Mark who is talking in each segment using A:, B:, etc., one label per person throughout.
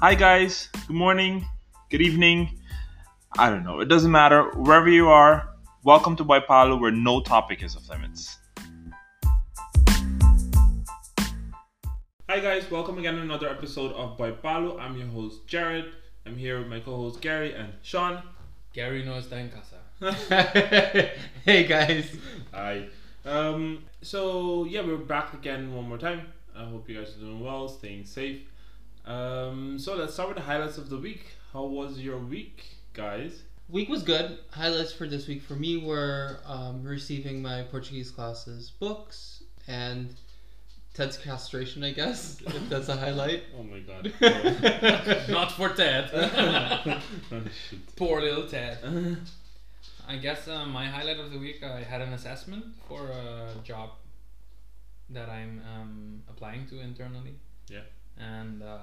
A: Hi, guys. Good morning. Good evening. I don't know. It doesn't matter. Wherever you are, welcome to Waipalo, where no topic is off limits. Hi, guys. Welcome again to another episode of Waipalo. I'm your host, Jared. I'm here with my co host, Gary and Sean.
B: Gary knows está en casa. hey guys.
A: Hi. Um, so, yeah, we're back again one more time. I hope you guys are doing well, staying safe. Um, so, let's start with the highlights of the week. How was your week, guys?
B: Week was good. Highlights for this week for me were um, receiving my Portuguese classes books and Ted's castration, I guess, if that's a highlight.
A: Oh my god.
C: Not for Ted.
A: Oh, shit.
C: Poor little Ted. I guess uh, my highlight of the week, I had an assessment for a job that I'm um, applying to internally.
A: Yeah.
C: And uh,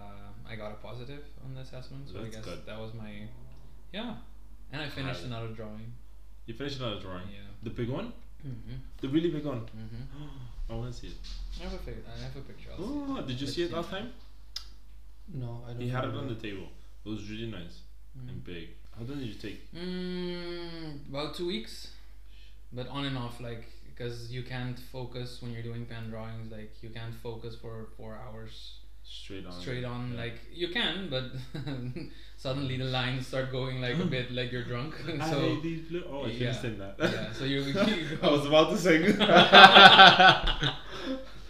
C: I got a positive on the assessment, so
A: That's
C: I guess
A: good.
C: that was my. Yeah. And I finished
A: Highlight.
C: another drawing.
A: You finished another drawing.
C: Yeah.
A: The big one?
C: Mm-hmm.
A: The really big one.
C: Mm-hmm.
A: I want to see it.
C: I have a, pic- I have a picture. I'll see.
A: Oh, did you
C: Let's
A: see it
C: see.
A: last time?
B: No, I don't.
A: He had it on
B: remember.
A: the table. It was really nice and big. How long did you take?
C: Mm, about two weeks, but on and off, like because you can't focus when you're doing pen drawings. Like you can't focus for four hours
A: Straight on.
C: straight on.
A: Oh, Yeah.
C: Like you can, but suddenly the lines start going like a bit like you're drunk.
A: I
C: so
A: hate these blue. Oh, I shouldn't
C: yeah.
A: sing that.
C: yeah, so you, you
A: I was about to sing.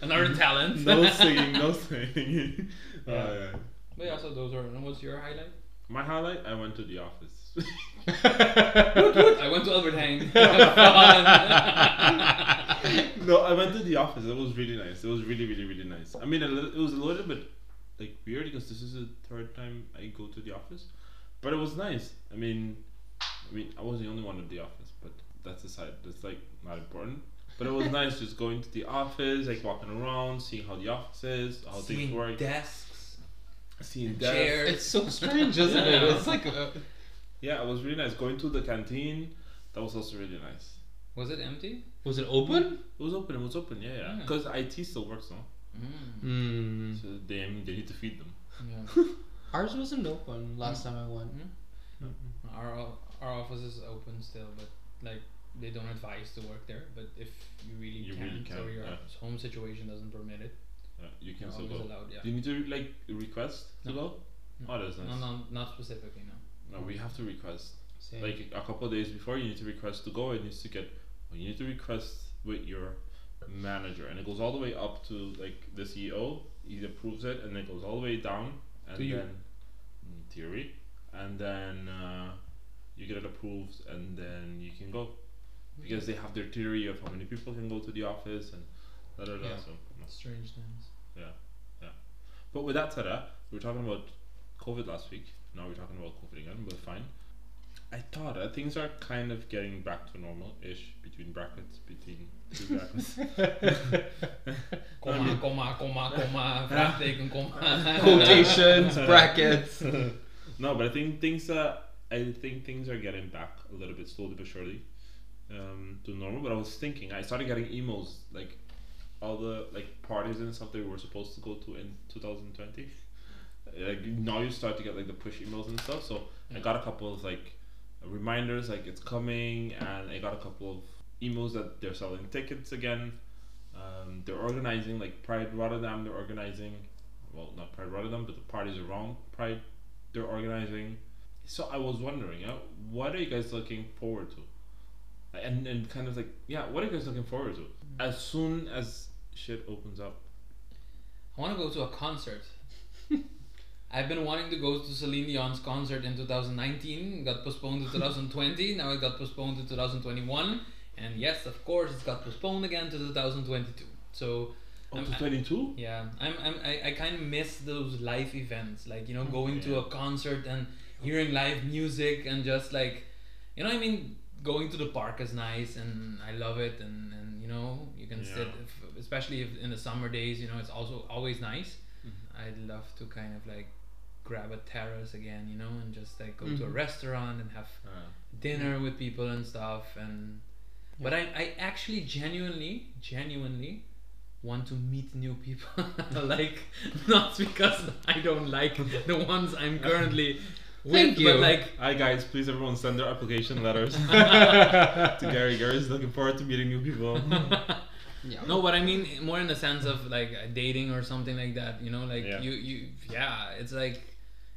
C: another talent.
A: no singing, no singing. Oh,
C: Yeah.
A: yeah.
C: But yeah, so those are. And what's your highlight?
A: My highlight, I went to the office.
C: I went to Albert Hang. Fun.
A: no, I went to the office. It was really nice. It was really, really, really nice. I mean, a li- it was a little bit like weird because this is the third time I go to the office, but it was nice. I mean, I mean, I was the only one at the office, but that's aside. That's like not important. But it was nice just going to the office, like walking around, seeing how the office is, how things
C: Seeing
A: work,
C: desks.
A: seeing
C: and
A: desks.
C: chairs.
B: It's so strange, isn't it?
A: Yeah.
B: It's like a,
A: Yeah, it was really nice. Going to the canteen, that was also really nice.
C: Was it empty?
B: was it open?
A: It was open. It was open. Yeah, yeah.
C: Yeah.
A: Because IT still works, no?
C: Mm.
B: Hmm.
A: So they I mean, they need to feed them.
C: Yeah.
B: Ours wasn't open last time I went.
C: Our o- our office is open still, but like they don't advise to work there. But if you really
A: You
C: can,
A: really
C: or
A: can,
C: your
A: yeah.
C: home situation doesn't permit it,
A: Yeah, you can
C: you're
A: still
C: always
A: go.
C: allowed. Yeah.
A: Do you need to like request to
C: No.
A: go?
C: No.
A: Oh, that's nice.
C: No, no, not specifically. No.
A: No, we have to request.
B: Same.
A: Like a couple of days before, you need to request to go. It needs to get. Well, you need to request with your manager, and it goes all the way up to like the CEO. He approves it, and it goes all the way down, and
C: To you.
A: then in theory, and then uh, you get it approved, and then you can go because they have their theory of how many people can go to the office and da da da.
C: Yeah.
A: So, no.
C: Strange times.
A: But with that said, uh, we were talking about COVID last week. Now we're talking about COVID again, but fine. I thought uh, things are kind of getting back to normal ish between brackets, between two brackets.
C: Comma, comma, comma, comma, vraagteken, comma.
B: Quotations, brackets.
A: no, but I think things uh, I think things are getting back a little bit slowly but surely um, to normal. But I was thinking, I started getting emails like all the like parties and stuff that we were supposed to go to in 2020. Like now you start to get like the push emails and stuff. So I got a couple of like reminders like it's coming, and I got a couple of emails that they're selling tickets again. Um, they're organizing like Pride Rotterdam. They're organizing, well, not Pride Rotterdam, but the parties around Pride they're organizing. So I was wondering, uh, what are you guys looking forward to? And and kind of like, yeah, what are you guys looking forward to? As soon as shit opens up.
C: I want to go to a concert. I've been wanting to go to Celine Dion's concert in 2019, got postponed to 2020, now it got postponed to 2021, and yes, of course, it's got postponed again to 2022. So,
A: Up
C: I'm-
A: to
C: I-
A: 22?
C: yeah, I'm, I'm, I, I kind of miss those live events, like, you know, going to
A: Yeah.
C: a concert and hearing live music and just like, you know, what I mean, going to the park is nice and I love it, and, and you know, you can sit,
A: Yeah.
C: if, especially if in the summer days, you know, it's also always nice.
A: Mm-hmm.
C: I'd love to kind of like grab a terrace again, you know, and just like go to a
A: Mm-hmm.
B: Mhm.
C: restaurant and have
A: Uh,
C: dinner with people and stuff and but I, I actually genuinely genuinely want to meet new people. like not because I don't like the ones I'm currently with,
B: Thank you.
C: but like
A: Hi guys, please everyone send their application letters to Gary Gers. Looking forward to meeting new people.
B: Mm. Yeah.
C: no, what I mean more in the sense of like uh, dating or something like that. You know, like
A: Yeah.
C: you you yeah, it's like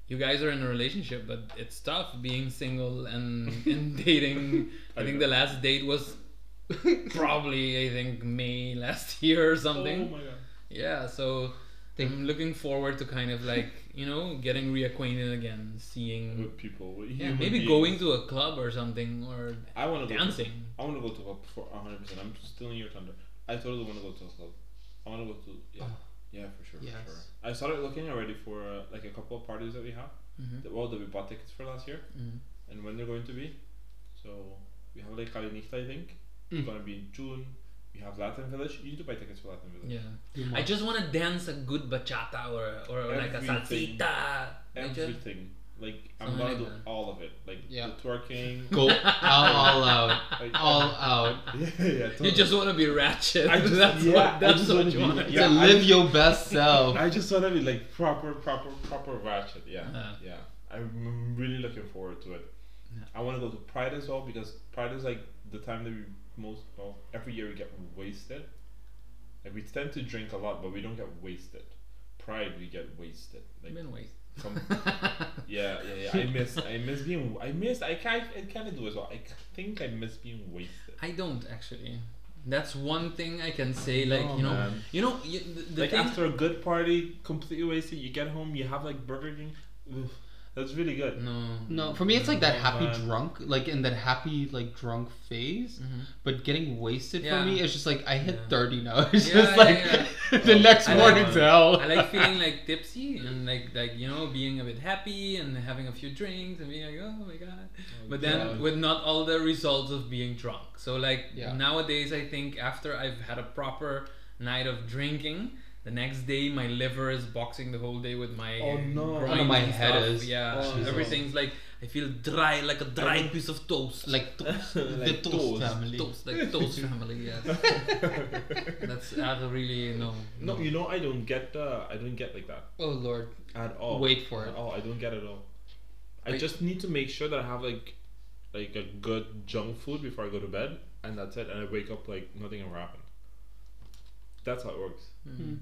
C: you guys are in a relationship, but it's tough being single and and dating. I
A: I
C: think
A: know.
C: the last date was probably I think May last year or something.
A: Oh my god.
C: Yeah, so
B: Think-
C: I'm looking forward to kind of like you know getting reacquainted again, seeing
A: With people. With
C: yeah,
A: human
C: maybe
A: beings.
C: going to a club or something or
A: I want to go. To,
C: dancing.
A: I want to go to a for hundred percent. I'm stealing your thunder. I totally want to go to a club. I want to go to yeah, yeah for sure.
B: Oh. Yes.
A: For sure. I started looking already for uh, like a couple of parties that we have.
B: Mm-hmm.
C: Mhm.
A: that- Well, that we bought tickets for last year
C: Mhm.
A: and when they're going to be. So we have like Kalinichta, I think. It's
B: Mm.
A: gonna be in June. We have Latin Village. You need to buy tickets for Latin Village.
C: Yeah.
B: You
C: I
B: must.
C: just want to dance a good bachata or, or like a
A: Everything.
C: salsita. Like, uh,
A: Everything. Like I'm
C: Something
A: gonna
C: like
A: do
C: that.
A: all of it. Like
B: Yeah.
A: the twerking.
B: go all, all out,
A: like,
B: all out.
A: yeah, yeah,
C: You
A: totally.
C: just want to be ratchet.
A: I just-
C: that's
A: yeah, I
C: what, that's
A: just
C: what
A: wanna
C: you
A: be-
C: want to
A: Yeah,
B: to
A: I-
B: live your best self.
A: I just want to be like proper, proper, proper ratchet. Yeah,
C: Uh-huh.
A: yeah. I'm really looking forward to it.
C: Yeah.
A: I want to go to Pride as well because Pride is like the time that we most well every year we get wasted. Like we tend to drink a lot, but we don't get wasted. Pride we get wasted. Like
C: Been wait.
A: some, yeah, yeah, yeah. I miss, I miss being, I miss. I can't, I kind of do as well. I c- think I miss being wasted.
C: I don't actually. That's one thing I can say. Like you know,
A: man.
C: you know, you, the, the
A: Um, like
C: thing.
A: after a good party, completely wasted. You get home, you have like Burger King. Oof, that's really good.
C: no.
B: No, for me it's like that happy
A: Man.
B: drunk, like in that happy like drunk phase.
C: Mhm.
B: But getting wasted
C: Yeah.
B: for me, it's just like I hit
C: Yeah.
B: thirty now. It's
C: Yeah,
B: just
C: yeah,
B: like
C: yeah.
B: the
A: Oh,
B: next
C: I like-
B: morning's hell.
C: I like feeling like tipsy and like like you know being a bit happy and having a few drinks and being like oh my god, but then
B: God.
C: with not all the results of being drunk. So like
B: Yeah.
C: nowadays, I think after I've had a proper night of drinking, the next day my liver is boxing the whole day with my
A: Oh, no.
C: groins
B: Oh, my
C: and
B: head
C: stuff.
B: is.
C: yeah
A: Oh, Jesus.
C: everything's like I feel dry like a dry
A: don't-
C: piece of toast
B: like, toast,
A: Like
B: the toast,
A: toast.
B: family.
C: toast like toast family yes that's I don't really no
A: No, you know I don't get uh, I don't get like that
B: Oh lord,
A: at all.
B: Wait for
A: at
B: it.
A: all. I don't get it at all. I
C: Wait.
A: just need to make sure that I have like like a good junk food before I go to bed, and that's it. And I wake up like nothing ever happened. That's how it works.
C: Mm.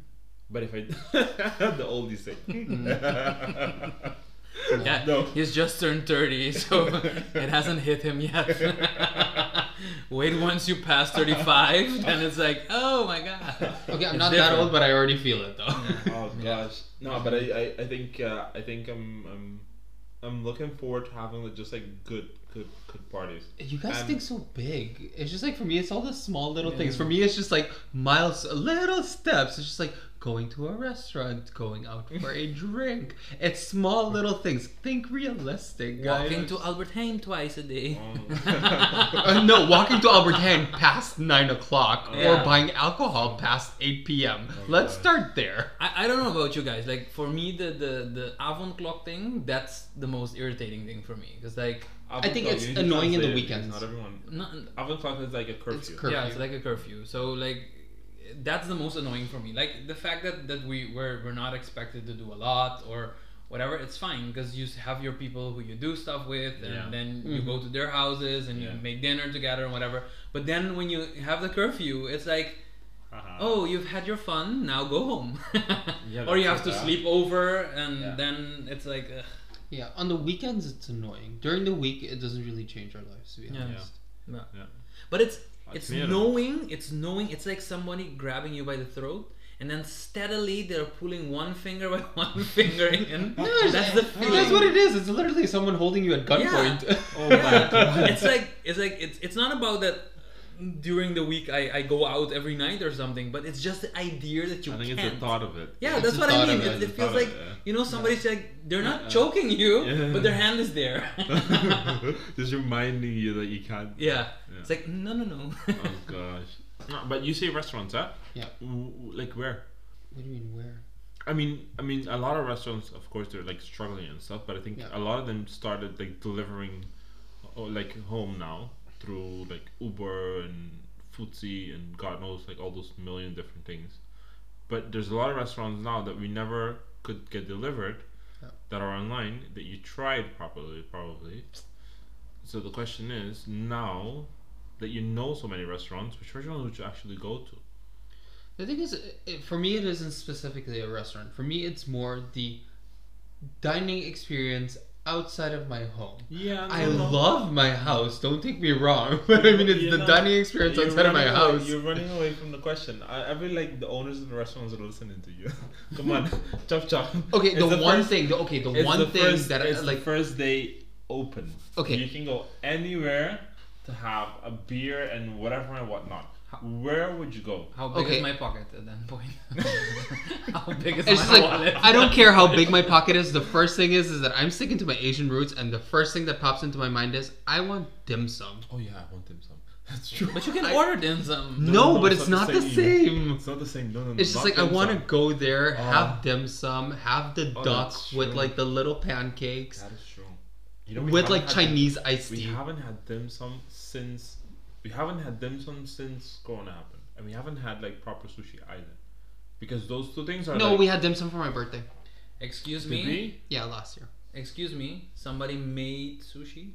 A: But if I the oldies
B: Hmm.
A: thing.
C: yeah
A: No.
C: he's just turned 30 so it hasn't hit him yet wait once you pass 35 then it's like oh my god
B: Okay, I'm
C: It's
B: not that
C: different.
B: old, but I already feel it though.
A: oh gosh, no, but I, I, I think uh, I think I'm I'm I'm looking forward to having like, just like good good good parties.
B: You guys
A: Um,
B: think so big. It's just like for me, it's all the small little
C: Yeah.
B: things. For me, it's just like miles, little steps. It's just like going to a restaurant, going out for a drink. It's small little things. Think realistic, guys.
C: walking to Albert Heijn twice a day
A: Oh.
B: Uh, no, walking to Albert Heijn past nine o'clock,
C: Yeah.
B: or buying alcohol past eight p.m. Let's
A: God.
B: start there.
C: I, I don't know about you guys. Like for me, the the the avant clock thing that's the most irritating thing for me because like
A: Avant
B: think
A: clock,
B: it's
A: you need to
B: annoying in the
A: translate it because
B: weekends.
A: Not everyone.
C: not,
A: Avant clock is like a curfew.
B: It's curfew.
C: yeah, it's like a curfew. So like that's the most annoying for me. Like the fact that that we we're, we're not expected to do a lot or whatever, it's fine because you s- have your people who you do stuff with, and
A: Yeah.
C: then you go to their houses and
A: Yeah.
C: you make dinner together and whatever. But then when you have the curfew, it's like
A: Uh-huh.
C: oh you've had your fun now go home
A: Yeah,
C: or you
A: that's
C: have to
A: like that.
C: sleep over and
A: Yeah.
C: then it's like ugh,
B: Yeah, on the weekends it's annoying. During the week, it doesn't really change our lives, to be
C: Yeah.
B: honest.
C: no.
A: Yeah.
C: But it's
A: Like
C: it's
A: me, I don't know.
C: knowing, it's knowing, it's like somebody grabbing you by the throat and then steadily they're pulling one finger by one finger in.
B: No,
C: That's the
B: But
C: feeling.
B: That's what it is. It's literally someone holding you at gunpoint.
A: Oh
C: Yeah.
A: my god.
C: it's like it's like it's it's not about that during the week I, I go out every night or something, but it's just the idea that you
A: I think
C: can't.
A: it's the thought of it.
C: Yeah,
B: It's
C: that's
B: the
C: what I
B: thought
C: mean.
B: of it,
C: It, it
A: the thought
C: feels
A: of
C: like
A: it, yeah.
C: you know somebody's like they're not
A: Yeah.
C: choking you,
A: Yeah.
C: but their hand is there.
A: Just reminding you that you can't.
C: yeah.
A: Yeah.
C: it's like no, no, no.
A: Oh gosh. No, but you say restaurants, huh?
B: Yeah.
A: W- w- Like where?
B: What do you mean where?
A: I mean, I mean, a lot of restaurants, of course, they're like struggling and stuff. But I think
B: Yeah.
A: a lot of them started like delivering, oh, like home now through like Uber and Foodsie and God knows like all those million different things. But there's a lot of restaurants now that we never could get delivered
B: Yeah.
A: that are online that you tried properly, probably. So the question is now that you know so many restaurants, which restaurants would you actually go to?
B: The thing is, it, for me, it isn't specifically a restaurant. For me, it's more the dining experience outside of my home.
A: Yeah,
B: I love my house. Don't take me wrong, but I mean, it's
A: You're
B: the
A: not-
B: dining experience
A: You're
B: outside of my
A: running away-
B: house.
A: You're running away from the question. I, I feel like the owners of the restaurants are listening to you. Come on, chop chop.
B: Okay,
A: It's
B: the, one
A: first-
B: thing. The, okay, the
A: it's
B: one
A: the
B: thing
A: first,
B: that I
A: it's the
B: like.
A: first day open.
B: Okay.
A: you can go anywhere to have a beer and whatever and whatnot. Where would you go?
C: How big
B: Okay.
C: is my pocket at that point? how big is
B: It's
C: my
B: just like
C: wallet?
B: I don't care how big my pocket is. The first thing is is that I'm sticking to my Asian roots, and the first thing that pops into my mind is I want dim sum.
A: Oh yeah, I want dim sum. That's true.
C: But you can
B: I- Hmm?
C: order them some.
B: No, but it's not the same.
A: It's not the same. No, no, no.
B: It's just
A: not
B: like I
A: dim
B: want to
A: sum.
B: go there,
A: Oh.
B: have dim sum, have the
A: Oh,
B: duck
A: that's
B: with
A: true.
B: like the little pancakes,
A: That is true. You we
B: with like
A: haven't had-
B: Chinese iced
A: We
B: tea.
A: haven't had dim sum since we haven't had dim sum since Corona happened, and we haven't had like proper sushi either, because those two things are
B: No,
A: like,
B: we had dim sum for my birthday.
C: Excuse
A: Did
C: me.
A: we?
B: Yeah, last year.
C: Excuse me. Somebody made sushi.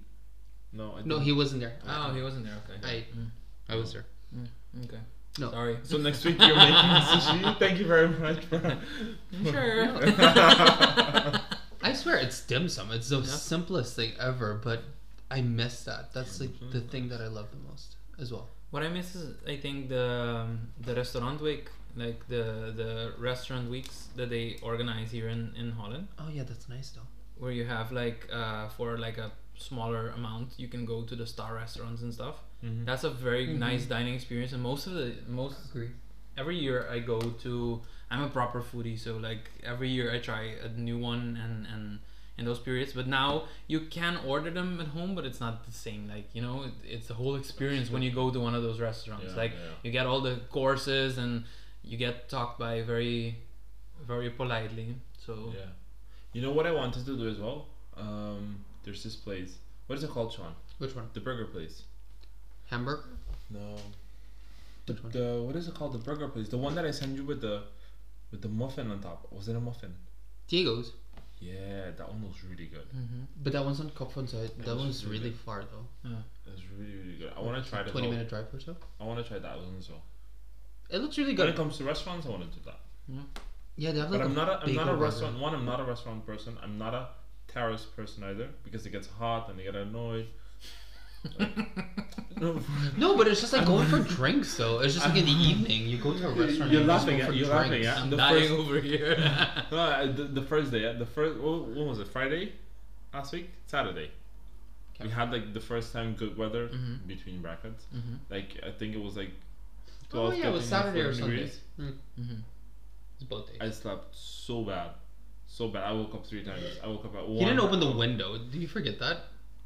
A: No, I
B: No,
A: didn't.
B: he wasn't there.
C: Oh, he wasn't there. Okay. Hmm.
B: I- I was there.
C: Okay.
B: No.
C: Sorry.
A: So next week you're making sushi. Thank you very much for.
C: Sure.
B: I swear it's dim sum. It's the
C: Yeah.
B: simplest thing ever, but I miss that. That's
A: Yeah,
B: like
A: dim sum
B: the
A: is
B: thing that I love the most as well.
C: what I miss is I think the um, the restaurant week, like the the restaurant weeks that they organize here in in Holland,
B: Oh yeah, that's nice though.
C: where you have like uh, for like a smaller amount you can go to the star restaurants and stuff.
B: Mm-hmm.
A: Mhm.
C: That's a very
B: Mhm.
C: nice dining experience, and most of the most
B: Agree.
C: every year I go to I'm a proper foodie so like every year I try a new one and and in those periods but now you can order them at home but it's not the same like you know it, it's the whole experience when you go to one of those restaurants
A: Yeah,
C: like
A: yeah.
C: you get all the courses and you get talked by very very politely so
A: Yeah. You know what I wanted to do as well? Um, there's this place. What is it called, Sean?
B: Which one?
A: The burger place.
B: Hamburger?
A: No. The,
B: Which one?
A: the what is it called? The burger place. The one that I sent you with the with the muffin on top. Was it a muffin?
B: Diego's.
A: Yeah, that one was really good.
C: hmm
B: But that one's on Kopfun, so it-
A: Yeah,
B: that
A: it's
B: one's
A: just really
B: really
A: good.
B: far though.
A: It was really really good. I want to try that.
B: Twenty
A: though.
B: minute drive or so.
A: I want to try that one as well.
B: It looks really
A: When it
B: good.
A: comes to restaurants, I want to do that.
B: Yeah, they have like
A: But I'm not a, I'm
B: bagel
A: not a
B: burger.
A: restaurant one. I'm not a restaurant person. I'm not a terrace person either because it gets hot and they get annoyed. Like, no,
B: No, but it's just like going for drinks though. It's just like in the evening, you go to a restaurant.
A: You're
B: and just
A: laughing
B: go
A: at-
B: for
A: you're laughing
B: drinks.
A: at-
C: I'm
A: The
C: dying
A: first-
C: over here
A: no, I- the, the first day, uh, the first wh- when was it? Friday, last week, Saturday. We
B: Okay. Mm-hmm.
A: had like the first time good weather
C: Mhm.
A: between brackets.
C: Mhm,
A: Like I think it was like
B: Oh
A: 12,
B: yeah, it was
A: 13,
B: Saturday or
A: 14
B: Sunday.
A: degrees.
C: mhm.
B: It's both days.
A: I slept so bad, so bad. I woke up three times. I woke up at one.
B: He didn't open the window. Did you forget that?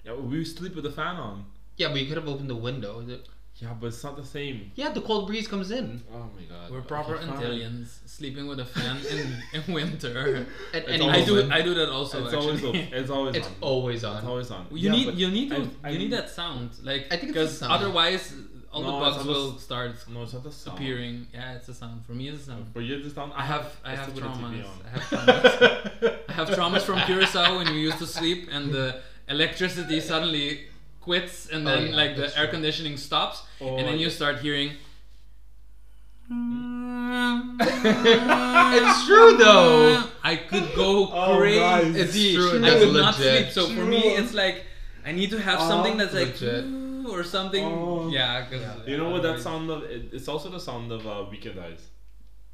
A: Yeah, we sleep with the fan on.
B: Yeah, but you could have opened the window. The-
A: Yeah, but it's not the same.
B: Yeah, the cold breeze comes in
A: Oh my god.
C: We're proper
A: Okay, fine.
C: Antillians, sleeping with a fan in, in winter.
B: at
A: It's
B: any
A: always
C: I do
B: moment.
C: I do that also.
A: It's
C: actually.
A: always on. It's always
B: It's
A: on.
B: always
A: It's
B: on.
A: always on.
C: You
A: Yeah,
C: need
A: but
C: you need to,
A: I- I
C: you need
A: mean-
C: that sound like
B: I think it's the
C: because
B: sound.
C: otherwise all
A: No,
C: the
A: it's
C: bugs
A: not the
C: will start
A: No, it's not the sound.
C: appearing. Yeah, it's a sound. For me, it's a sound.
A: But you just sound.
C: I have I have
A: still put the
C: traumas.
A: TV on.
C: I have traumas. I have traumas from Curacao when we used to sleep and the electricity suddenly quits and
B: Oh,
C: then
B: yeah,
C: like the
B: that's
C: air
B: true.
C: conditioning stops
A: Oh,
C: and then
A: yeah.
C: you start hearing.
B: It's true though.
C: I could go
A: Oh,
C: crazy.
A: guys.
B: It's true,
C: I
B: that's
C: would not
B: legit.
C: sleep. So for me, it's like I need to have
A: Oh,
C: something that's like
B: legit.
C: "Ooh," or something.
A: Oh.
C: Yeah, 'cause
B: Yeah.
A: You know what that
C: otherwise-
A: sound of? It, it's also the sound of uh, Weekend Eyes.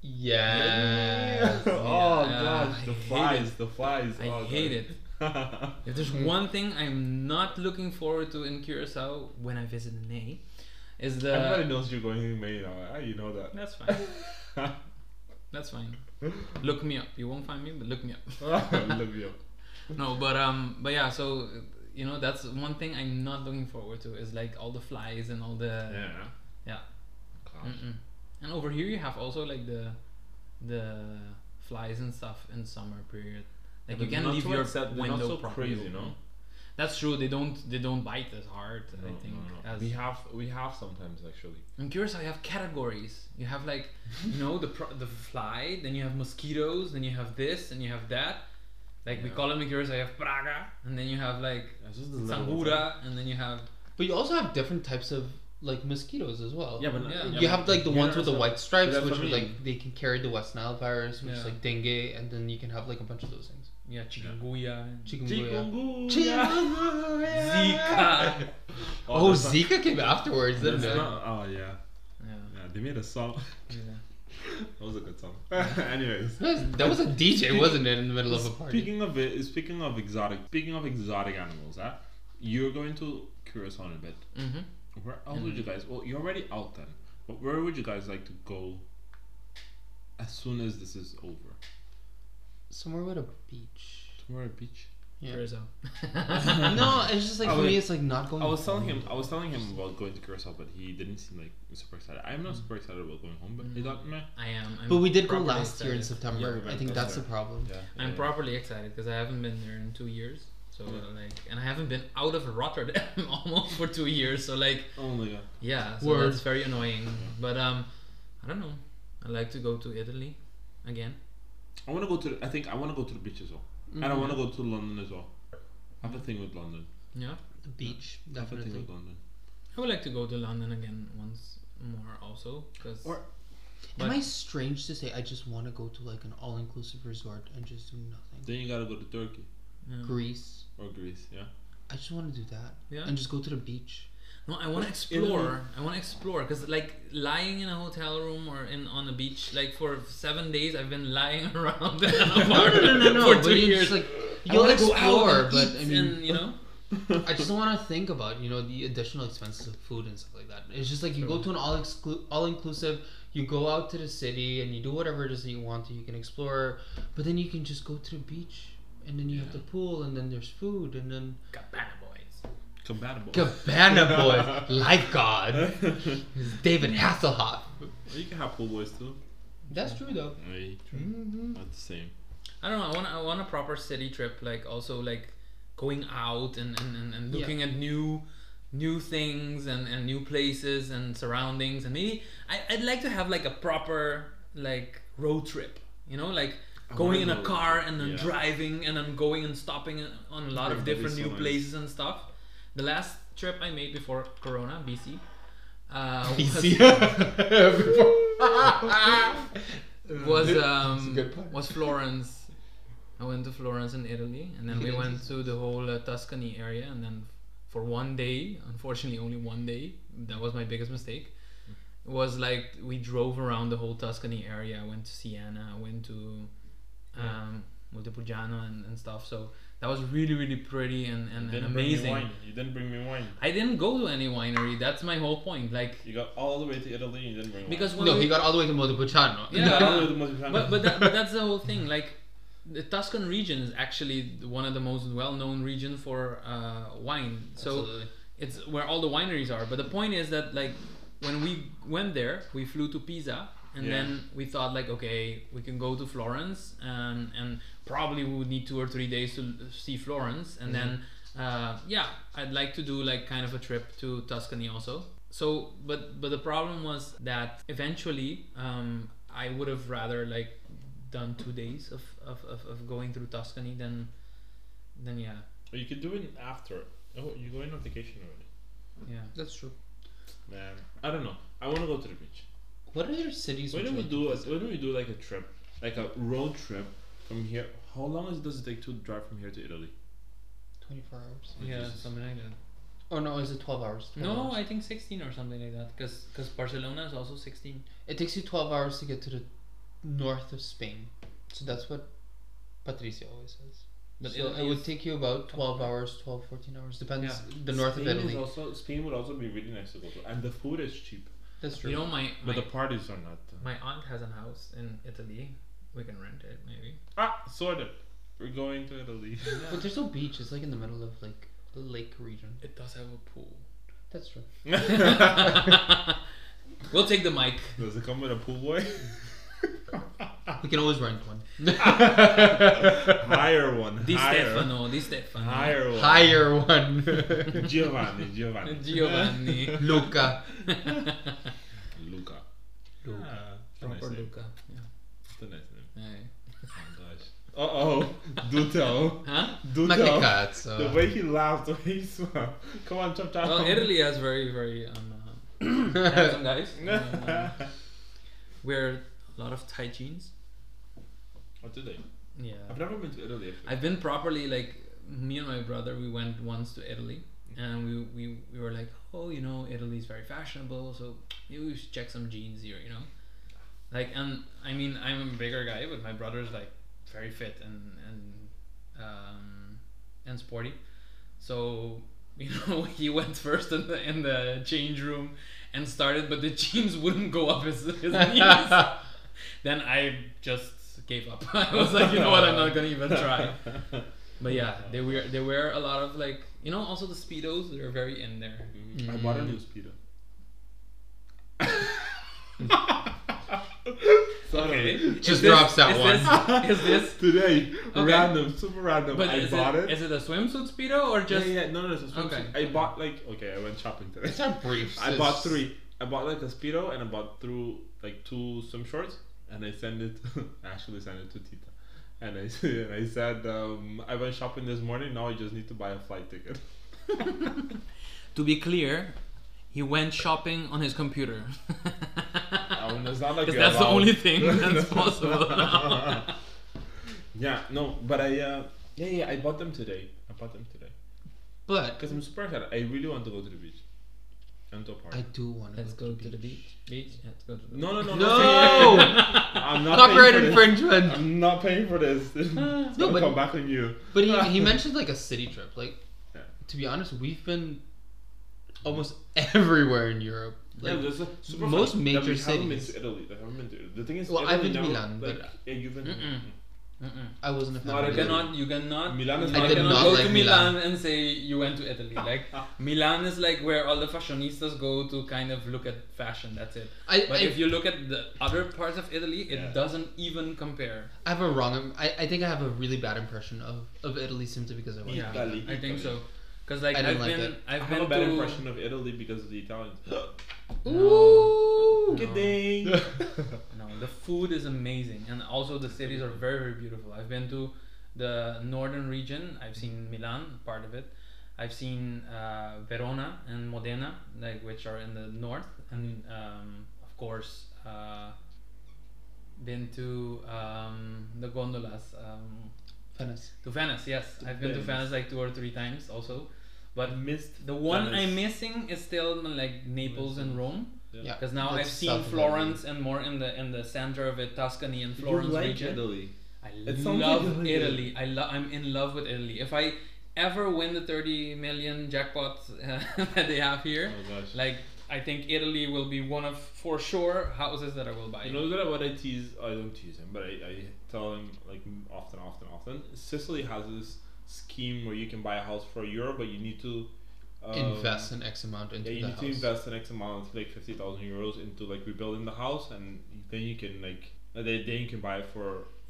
B: Yeah.
A: oh
C: Yeah.
A: gosh, the
C: I hate it.
A: flies, the flies.
C: I
A: oh,
C: hate
A: God.
C: it. If there's one thing I'm not looking forward to in Curacao when I visit Ney, is the
A: Everybody knows you're going in May now. eh? You know that.
C: that's fine. That's fine. Look me up. You won't find me, but look me up.
A: Love you.
C: No, but um, but yeah. So you know, that's one thing I'm not looking forward to is like all the flies and all the
A: Yeah.
C: Yeah. Mm.
A: Gosh.
C: Mm-mm. And over here you have also like the the flies and stuff in summer period. Like
A: Yeah,
C: you
A: but
C: can
A: not
C: leave
A: so
C: your
A: except- they're not
C: window
A: so
C: properly
A: crazy,
C: open.
A: no?
C: That's true. They don't they don't bite as hard.
D: No,
C: I think.
D: no, no.
C: As
D: we have we have sometimes actually.
C: I'm curious how you have categories. You have like, you know, the pro- the fly. Then you have mosquitoes. Then you have this, and you have that. Like we
D: Yeah.
C: call them in curious. I have Praga, and then you have like
A: That's just the level.
C: Sangura, and then you have
B: But you also have different types of like mosquitoes as well.
A: Yeah, but
C: Yeah.
A: yeah,
B: you
A: but
B: have like the
A: here
B: ones
A: are
B: with the
A: some-
B: white stripes,
A: that's
B: which
A: what
B: are
A: I mean.
B: like they can carry the West Nile virus, which
C: Yeah.
B: is like dengue, and then you can have like a bunch of those things.
C: yeah chikungunya, and
B: Chikungunya.
A: Chikungunya.
B: Chikungunya.
C: Zika.
B: Oh,
A: that's not-
B: Zika came afterwards, didn't
A: That's
B: it?
A: not, oh yeah,
C: Yeah.
A: yeah. They made a song.
C: yeah.
A: That was a good song. Anyways,
B: That was- that was a DJ, wasn't it, in the middle of a party?
A: speaking of it, speaking of exotic, speaking of exotic animals, huh? You're going to Curacao in a bit.
C: Mm-hmm.
A: Where else would you
C: Mm.
A: guys? Well, you're already out then. But where would you guys like to go? As soon as this is over,
B: Somewhere with a beach.
A: somewhere a beach.
B: Yeah.
C: Curacao.
B: no, it's just like
A: I
B: for
A: would-
B: me, it's like not going.
A: I was telling
B: home.
A: him, I was telling him about going to Curacao, but he didn't seem like super excited. I'm
C: Mm.
A: not super excited about going home, but he thought, meh.
C: I am. I'm
B: But we did go
C: properly
B: last year in
C: excited.
A: Yeah,
B: September.
A: we
B: I
A: went
B: think
A: last
B: that's the
A: year.
B: problem.
A: Yeah,
C: I'm properly excited because I haven't been there in two years. So
A: Yeah.
C: like, and I haven't been out of Rotterdam almost for two years. So like,
A: Oh my god.
C: yeah, so
B: Word.
C: that's very annoying. But um, I don't know. I like to go to Italy again.
A: I want to go to. The, I think I want to go to the beach as well, and
C: Mm-hmm.
A: I want to go to London as well. I have a thing with London.
C: Yeah,
B: The beach,
A: I have a thing
B: definitely.
A: with London.
C: I would like to go to London again once more also because
A: Or-
B: Am
C: But-
B: I strange to say I just want to go to like an all-inclusive resort and just do nothing?
A: Then you gotta go to Turkey
B: Greece.
A: or Greece. Yeah.
B: I just want to do that
C: yeah.
B: and just go to the beach.
C: No, I want to explore. I want to explore because, like, lying in a hotel room or in on a beach, like for seven days, I've been lying around. in an apartment For
B: but
C: two
B: it's
C: years,
B: just, like
C: I
B: you'll
C: wanna go
B: explore,
C: out and
B: but
C: eat
B: I mean,
C: and, you know,
B: I just don't want to think about you know the additional expenses of food and stuff like that. It's just like you go to an all exclu- all inclusive. You go out to the city and you do whatever it is that you want to. You can explore, but then you can just go to the beach and then you have the pool and then there's food and then
C: Cabana Boys.
A: Compatible.
B: Cabana Boy lifeguard
A: or
B: is David Hasselhoff.
A: you can have pool boys too.
B: That's true though.
A: Hey,
C: Mm-hmm.
B: hmm
A: Not the same.
C: I don't know. I want I want a proper city trip, like also like going out and and, and, and
B: Yeah.
C: looking at new new things and, and new places and surroundings and maybe I, I'd like to have like a proper like road trip. You know, like
A: I
C: going
A: wanna
C: in a
A: go-
C: car and then
A: yeah.
C: driving and then going and stopping on a lot
A: Yeah,
C: of
A: that'd be
C: different
A: so
C: new
A: nice.
C: places and stuff. The last trip I made before Corona, BC. Uh,
B: BC.
C: was- was
B: Before-
C: um
B: good pun.
C: was Florence. I went to Florence in Italy, and then we
B: Italy.
C: went to the whole uh, Tuscany area, and then for one day, unfortunately only one day, that was my biggest mistake. Was like we drove around the whole Tuscany area. I went to Siena. I went to um, Montepulciano and, and stuff. So that was really really pretty and, and, and
A: didn't bring me
C: amazing.
A: wine. You didn't bring me wine.
C: I didn't go to any winery. That's my whole point. Like
A: You got all the way to Italy and you didn't bring
C: because when
B: no,
C: we,
B: he got all the way to Montepulciano.
A: wine. You got
C: Yeah.
A: all the way to Montepulciano.
C: but but, that, but that's the whole thing. Like the Tuscan region is actually one of the most well-known region for uh, wine. So
B: Absolutely.
C: it's where all the wineries are. But the point is that like when we went there, we flew to Pisa, and
A: Yeah.
C: then we thought like, okay, we can go to Florence, and and probably we would need two or three days to l- see Florence, and then uh, yeah, I'd like to do like kind of a trip to Tuscany also. So, but but the problem was that eventually um, I would have rather like done two days of, of, of, of going through Tuscany than than yeah
A: Or you could do it after. Oh, you're going on vacation already.
C: yeah.
B: That's true.
A: Man, I don't know. I want to go to the beach.
B: What other cities?
A: Why
B: would
A: don't
B: you
A: we
B: like
A: do a, Why don't we do like a trip, like a road trip from here? How long is- does it take to drive from here to Italy?
B: to- 24 hours.
C: Yeah,
A: Jesus.
C: something like that.
B: Oh no, is it 12 hours? 12
C: No,
B: hours.
C: I think 16 or something like that. Because Barcelona is also 16.
B: it takes you 12 hours to get to the north of Spain. So that's what Patricia always says.
C: But
B: so
C: Italy
B: it would
C: is-
B: take you about 12 hours, 12, 14 hours, depends.
C: Yeah.
B: The north
A: Spain
B: of
A: Is
B: Italy.
A: also, Spain would also be really nice to go to, and the food is cheap,
B: That's true.
C: You know, my my,
A: but the parties are not. uh,
C: my aunt has a house in Italy. We can rent it, maybe.
A: Ah, sorted. We're going to Italy.
B: But there's no beach. It's like in the middle of like a lake region.
C: It does have a pool.
B: That's true.
C: we'll take the mic.
A: Does it come with a pool boy?
B: Ah, We can always rent one.
A: Higher one.
C: Di
A: higher.
C: Stefano, Di Stefano.
A: Higher one.
B: Higher one.
A: Giovanni, Giovanni.
C: Giovanni.
B: Luca.
A: Luca.
B: Luca.
A: Ah, it's a nice
C: Proper
A: name.
C: Luca.
A: It's a nice name.
C: Aye.
A: Oh gosh. Uh oh. Do tell.
C: Huh?
A: Do
B: Ma che
A: tell.
B: cazzo?
A: The way he laughed, the way he smiled. Come on, chop chop.
C: Well, Italy has very, very um, uh, handsome guys. Uh, wear a lot of tight jeans.
A: what do they?
C: Yeah.
A: I've never been to Italy. Actually.
C: I've been properly like me and my brother. We went once to Italy, and we we, we were like, oh, you know, Italy's very fashionable, so maybe we should check some jeans here, you know. Like, and I mean, I'm a bigger guy, but my brother's like very fit and and um, and sporty, so you know he went first in the in the change room and started, but the jeans wouldn't go up his, his knees then I just gave up. I was like, you know what, I'm not gonna even try. But yeah, they wear they wear a lot of like you know also the speedos they're very in there.
A: I bought a new speedo. Sorry.
B: Just
C: Is this-
B: drops that
C: is
B: one.
C: This, is this?
A: today
C: Okay.
A: random, super random?
C: But
A: I
C: is
A: bought
C: it,
A: it.
C: is it a swimsuit speedo or just?
A: yeah, yeah, no, no, it's a swimsuit.
C: Okay.
A: I bought like okay, I went shopping today.
B: It's not briefs.
A: I bought three. I bought like a speedo and I bought through like two swim shorts and I sent it. I actually sent it to Tita, and I s- and I said um, I went shopping this morning. Now I just need to buy a flight ticket.
C: To be clear, he went shopping on his computer.
A: I mean, it's not like
C: 'Cause
A: you're
C: that's the
A: allowed-
C: only thing that's possible.
A: yeah, no, but I uh, yeah yeah I bought them today. I bought them today
B: But
A: because I'm super excited. I really want to go to the beach and to a party.
B: I do want to
C: Let's go to the beach. Beach. Let's go to the
A: No, no, no,
B: No!
A: I'm not
B: Copyright
A: paying for this.
B: infringement.
A: I'm not paying for this. It's no, gonna
B: but-
A: come back on you.
B: But he, he mentioned like a city trip. Like,
A: Yeah.
B: to be honest, we've been almost everywhere in Europe. Like,
A: yeah, there's a super
B: most
A: fun-
B: major
A: that we haven't been
B: cities.
A: to Italy. That haven't been to Italy. The thing is,
B: Well, I've
A: Italy
B: been to
A: now,
B: Milan,
A: Like,
B: but-
A: yeah, you've been.
C: Mm-mm. Mm-mm.
B: I wasn't a fan.
A: Not
B: of
A: a
C: You
A: good
B: Italy.
C: cannot, you cannot,
A: Milan is
C: you
A: not- I did
C: cannot
B: not
C: go
B: like
C: to
B: Milan.
C: Milan. and say you went to Italy. Like Milan is like where all the fashionistas go to kind of look at fashion. That's it.
B: I,
C: But if
B: I,
C: you look at the other parts of Italy, it
A: Yeah.
C: doesn't even compare.
B: I have a wrong. I, I think I have a really bad impression of, of Italy simply because I went.
A: Yeah.
B: Yeah.
A: Italy,
C: I think
A: Italy.
C: so. Because like
B: I
C: I've
B: didn't like
C: been,
B: it.
A: I
C: I've
A: have
C: been
A: a bad
C: to,
A: impression of Italy because of the Italians.
C: Ooh,
A: Good day.
C: No, the food is amazing, and also the cities are very, very beautiful. I've been to the northern region. I've seen Milan, part of it. I've seen uh, Verona and Modena, like which are in the north, and um, of course, uh, been to um, the gondolas. Um,
B: Venice.
C: to Venice, yes,
A: To Mm.
C: I've been to
A: Venice.
C: Venice like two or three times also, but
A: I missed
C: the one
A: Venice.
C: I'm missing is still like Naples and Rome.
B: Yeah.
A: Uh,
C: Because now
B: That's
C: I've seen
B: south of
C: Florence and more in the in the center of it, Tuscany and Florence
A: you like
C: region.
A: Italy.
C: I
A: It sounds like
C: love
A: Italy.
C: Italy. I love. I'm in love with Italy. If I ever win the 30 million jackpot uh, that they have
A: Oh
C: here,
A: gosh.
C: like I think Italy will be one of for sure houses that I will buy.
A: You know that what I tease? I don't tease him, but I, I tell him like m- often, often, often. Sicily has this scheme where you can buy a house for a euro, but you need to
B: Oh.
A: um,
B: invest an X amount into
A: Yeah, you
B: the
A: need
B: house.
A: to invest an X amount, like fifty thousand euros, into like rebuilding the house, and then you can like then then you can buy it for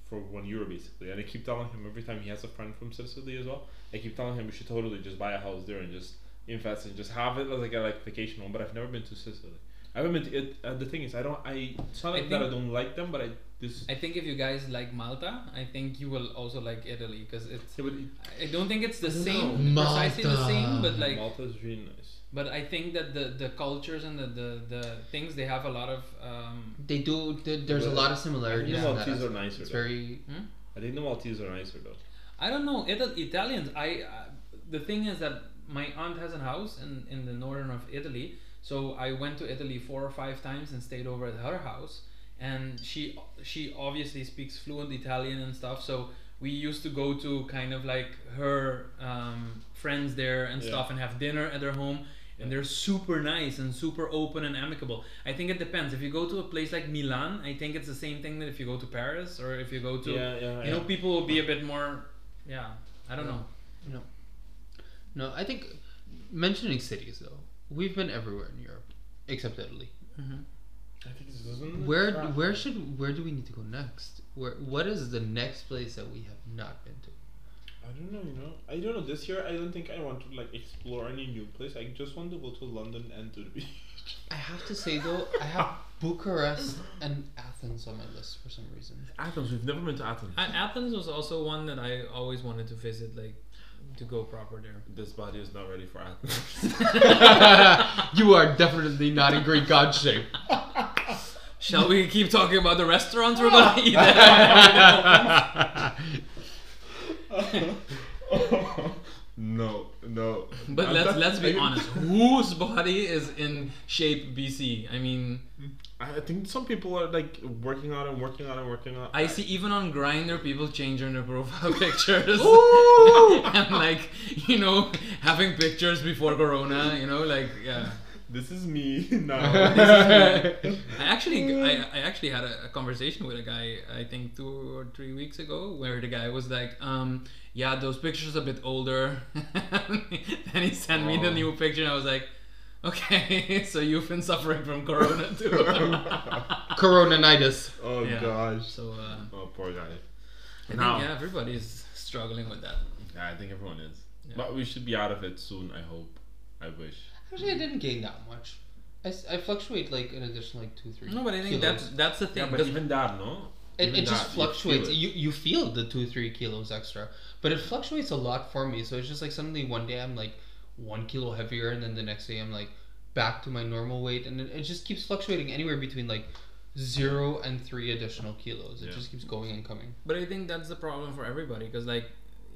A: for one euro basically. And I keep telling him every time he has a friend from Sicily as well. I keep telling him we should totally just buy a house there and just invest and just have it as like a like vacation home. But I've never been to Sicily. I haven't been to it. Uh, the thing is, I don't. I it's not
C: I
A: like that. I
C: think-
A: don't like them, but I this.
C: I think if you guys like Malta, I think you will also like Italy because it's.
A: Yeah, but it-
C: I don't think it's the
A: No.
C: same, precisely the same, but
B: Malta.
C: like
A: Malta is really nice.
C: But I think that the, the cultures and the, the, the things they have a lot of um,
B: They do. There, there's a
A: Well,
B: lot of
A: I think
B: similarities.
A: the
B: in that
A: Maltese are
B: aspect.
A: nicer.
B: It's
A: though.
B: very.
C: hmm?
A: I think the Maltese are nicer though.
C: I don't know Ital- Italians I uh, the thing is that my aunt has a house in, in the northern of Italy so I went to Italy four or five times and stayed over at her house and she she obviously speaks fluent Italian and stuff so we used to go to kind of like her um, friends there and
A: Yeah.
C: stuff and have dinner at their home and they're super nice and super open and amicable. I think it depends. If you go to a place like Milan, I think it's the same thing that if you go to Paris or if you go to
A: yeah, yeah,
C: you
A: Oh, yeah.
C: know people will be a bit more yeah i don't know
B: No, I think mentioning cities though, we've been everywhere in Europe except Italy.
E: I think it's
A: Mm,
E: doesn't.
B: Where where should where do we need to go next? Where what is the next place that we have not been to?
E: I don't know. You know, I don't know. This year, I don't think I want to like explore any new place. I just want to go to London and to the beach.
B: I have to say though, I have Bucharest and Athens on my list for some reason.
A: Athens. We've never been to Athens.
C: A- Athens was also one that I always wanted to visit, like to go proper there.
A: This body is not ready for Athens.
B: you are definitely not in great god shape.
C: Shall we keep talking about the restaurants we're gonna eat? at?
B: Let's
A: no, no.
C: but
A: I'm
C: let's
A: not-
C: let's be
A: I-
C: honest. Whose body is in shape, BC? I mean,
A: I I think some people are like working on it, working on it, working on. it.
C: I see even on Grinder people changing their profile pictures.
A: Ooh!
C: and like you know, having pictures before Corona. You know, like yeah.
A: This is me now.
C: I actually, I, I actually had a, a conversation with a guy. I think two or three weeks ago, where the guy was like, um, "Yeah, those pictures a bit older." and he sent me the
A: Oh.
C: new picture, and I was like, "Okay, so you've been suffering from corona too."
B: Coronanitis.
A: oh
C: Yeah.
A: gosh.
C: so uh,
A: Oh poor guy.
C: I think
A: Now-
C: yeah, everybody's struggling with that.
A: Yeah, I think everyone is.
C: Yeah.
A: But we should be out of it soon. I hope. I wish.
B: Actually, I didn't gain that much. I, s- I fluctuate like an additional like two three.
C: No, but I think
B: kilos.
C: that's that's the thing.
A: Yeah, but
C: because
A: even that, no.
B: It,
A: Even
B: it just
A: that, you
B: fluctuates.
A: feel it.
B: You, you feel the two three kilos extra, but it fluctuates a lot for me. So it's just like suddenly one day I'm like one kilo heavier, and then the next day I'm like back to my normal weight, and it, it just keeps fluctuating anywhere between like zero and three additional kilos. It
A: Yeah.
B: just keeps going and coming.
C: But I think that's the problem for everybody because like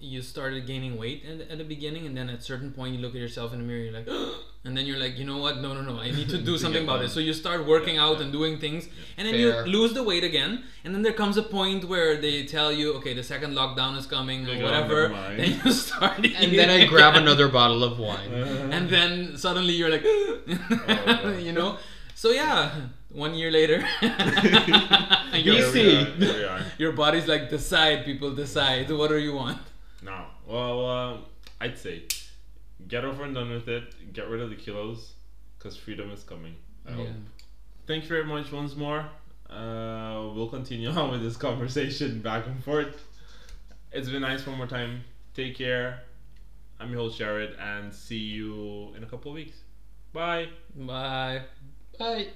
C: you started gaining weight at, at the beginning and then at certain point you look at yourself in the mirror you're like and then you're like you know what no no no I need to do
A: To
C: something
A: get
C: about
A: on.
C: it so you start working
A: Yeah,
C: out
A: yeah.
C: and doing things and then
B: Fair.
C: you lose the weight again and then there comes a point where they tell you okay the second lockdown is coming or
A: Like, oh,
C: whatever
A: never mind.
C: then you start
B: And
C: eating
B: then I grab
C: again.
B: another bottle of wine.
A: Uh-huh.
C: and then suddenly you're like
A: Oh, yeah.
C: you know so yeah one year later
A: Here we
C: you're-
B: see.
A: are, here we are.
C: your body's like decide people decide what do you want
A: No. Well, um, I'd say get over and done with it. Get rid of the kilos, because freedom is coming. I hope. Thank you very much once more. Uh, we'll continue on with this conversation back and forth. It's been nice one more time. Take care. I'm your host, Jared, and see you in a couple of weeks. Bye.
C: Bye.
B: Bye.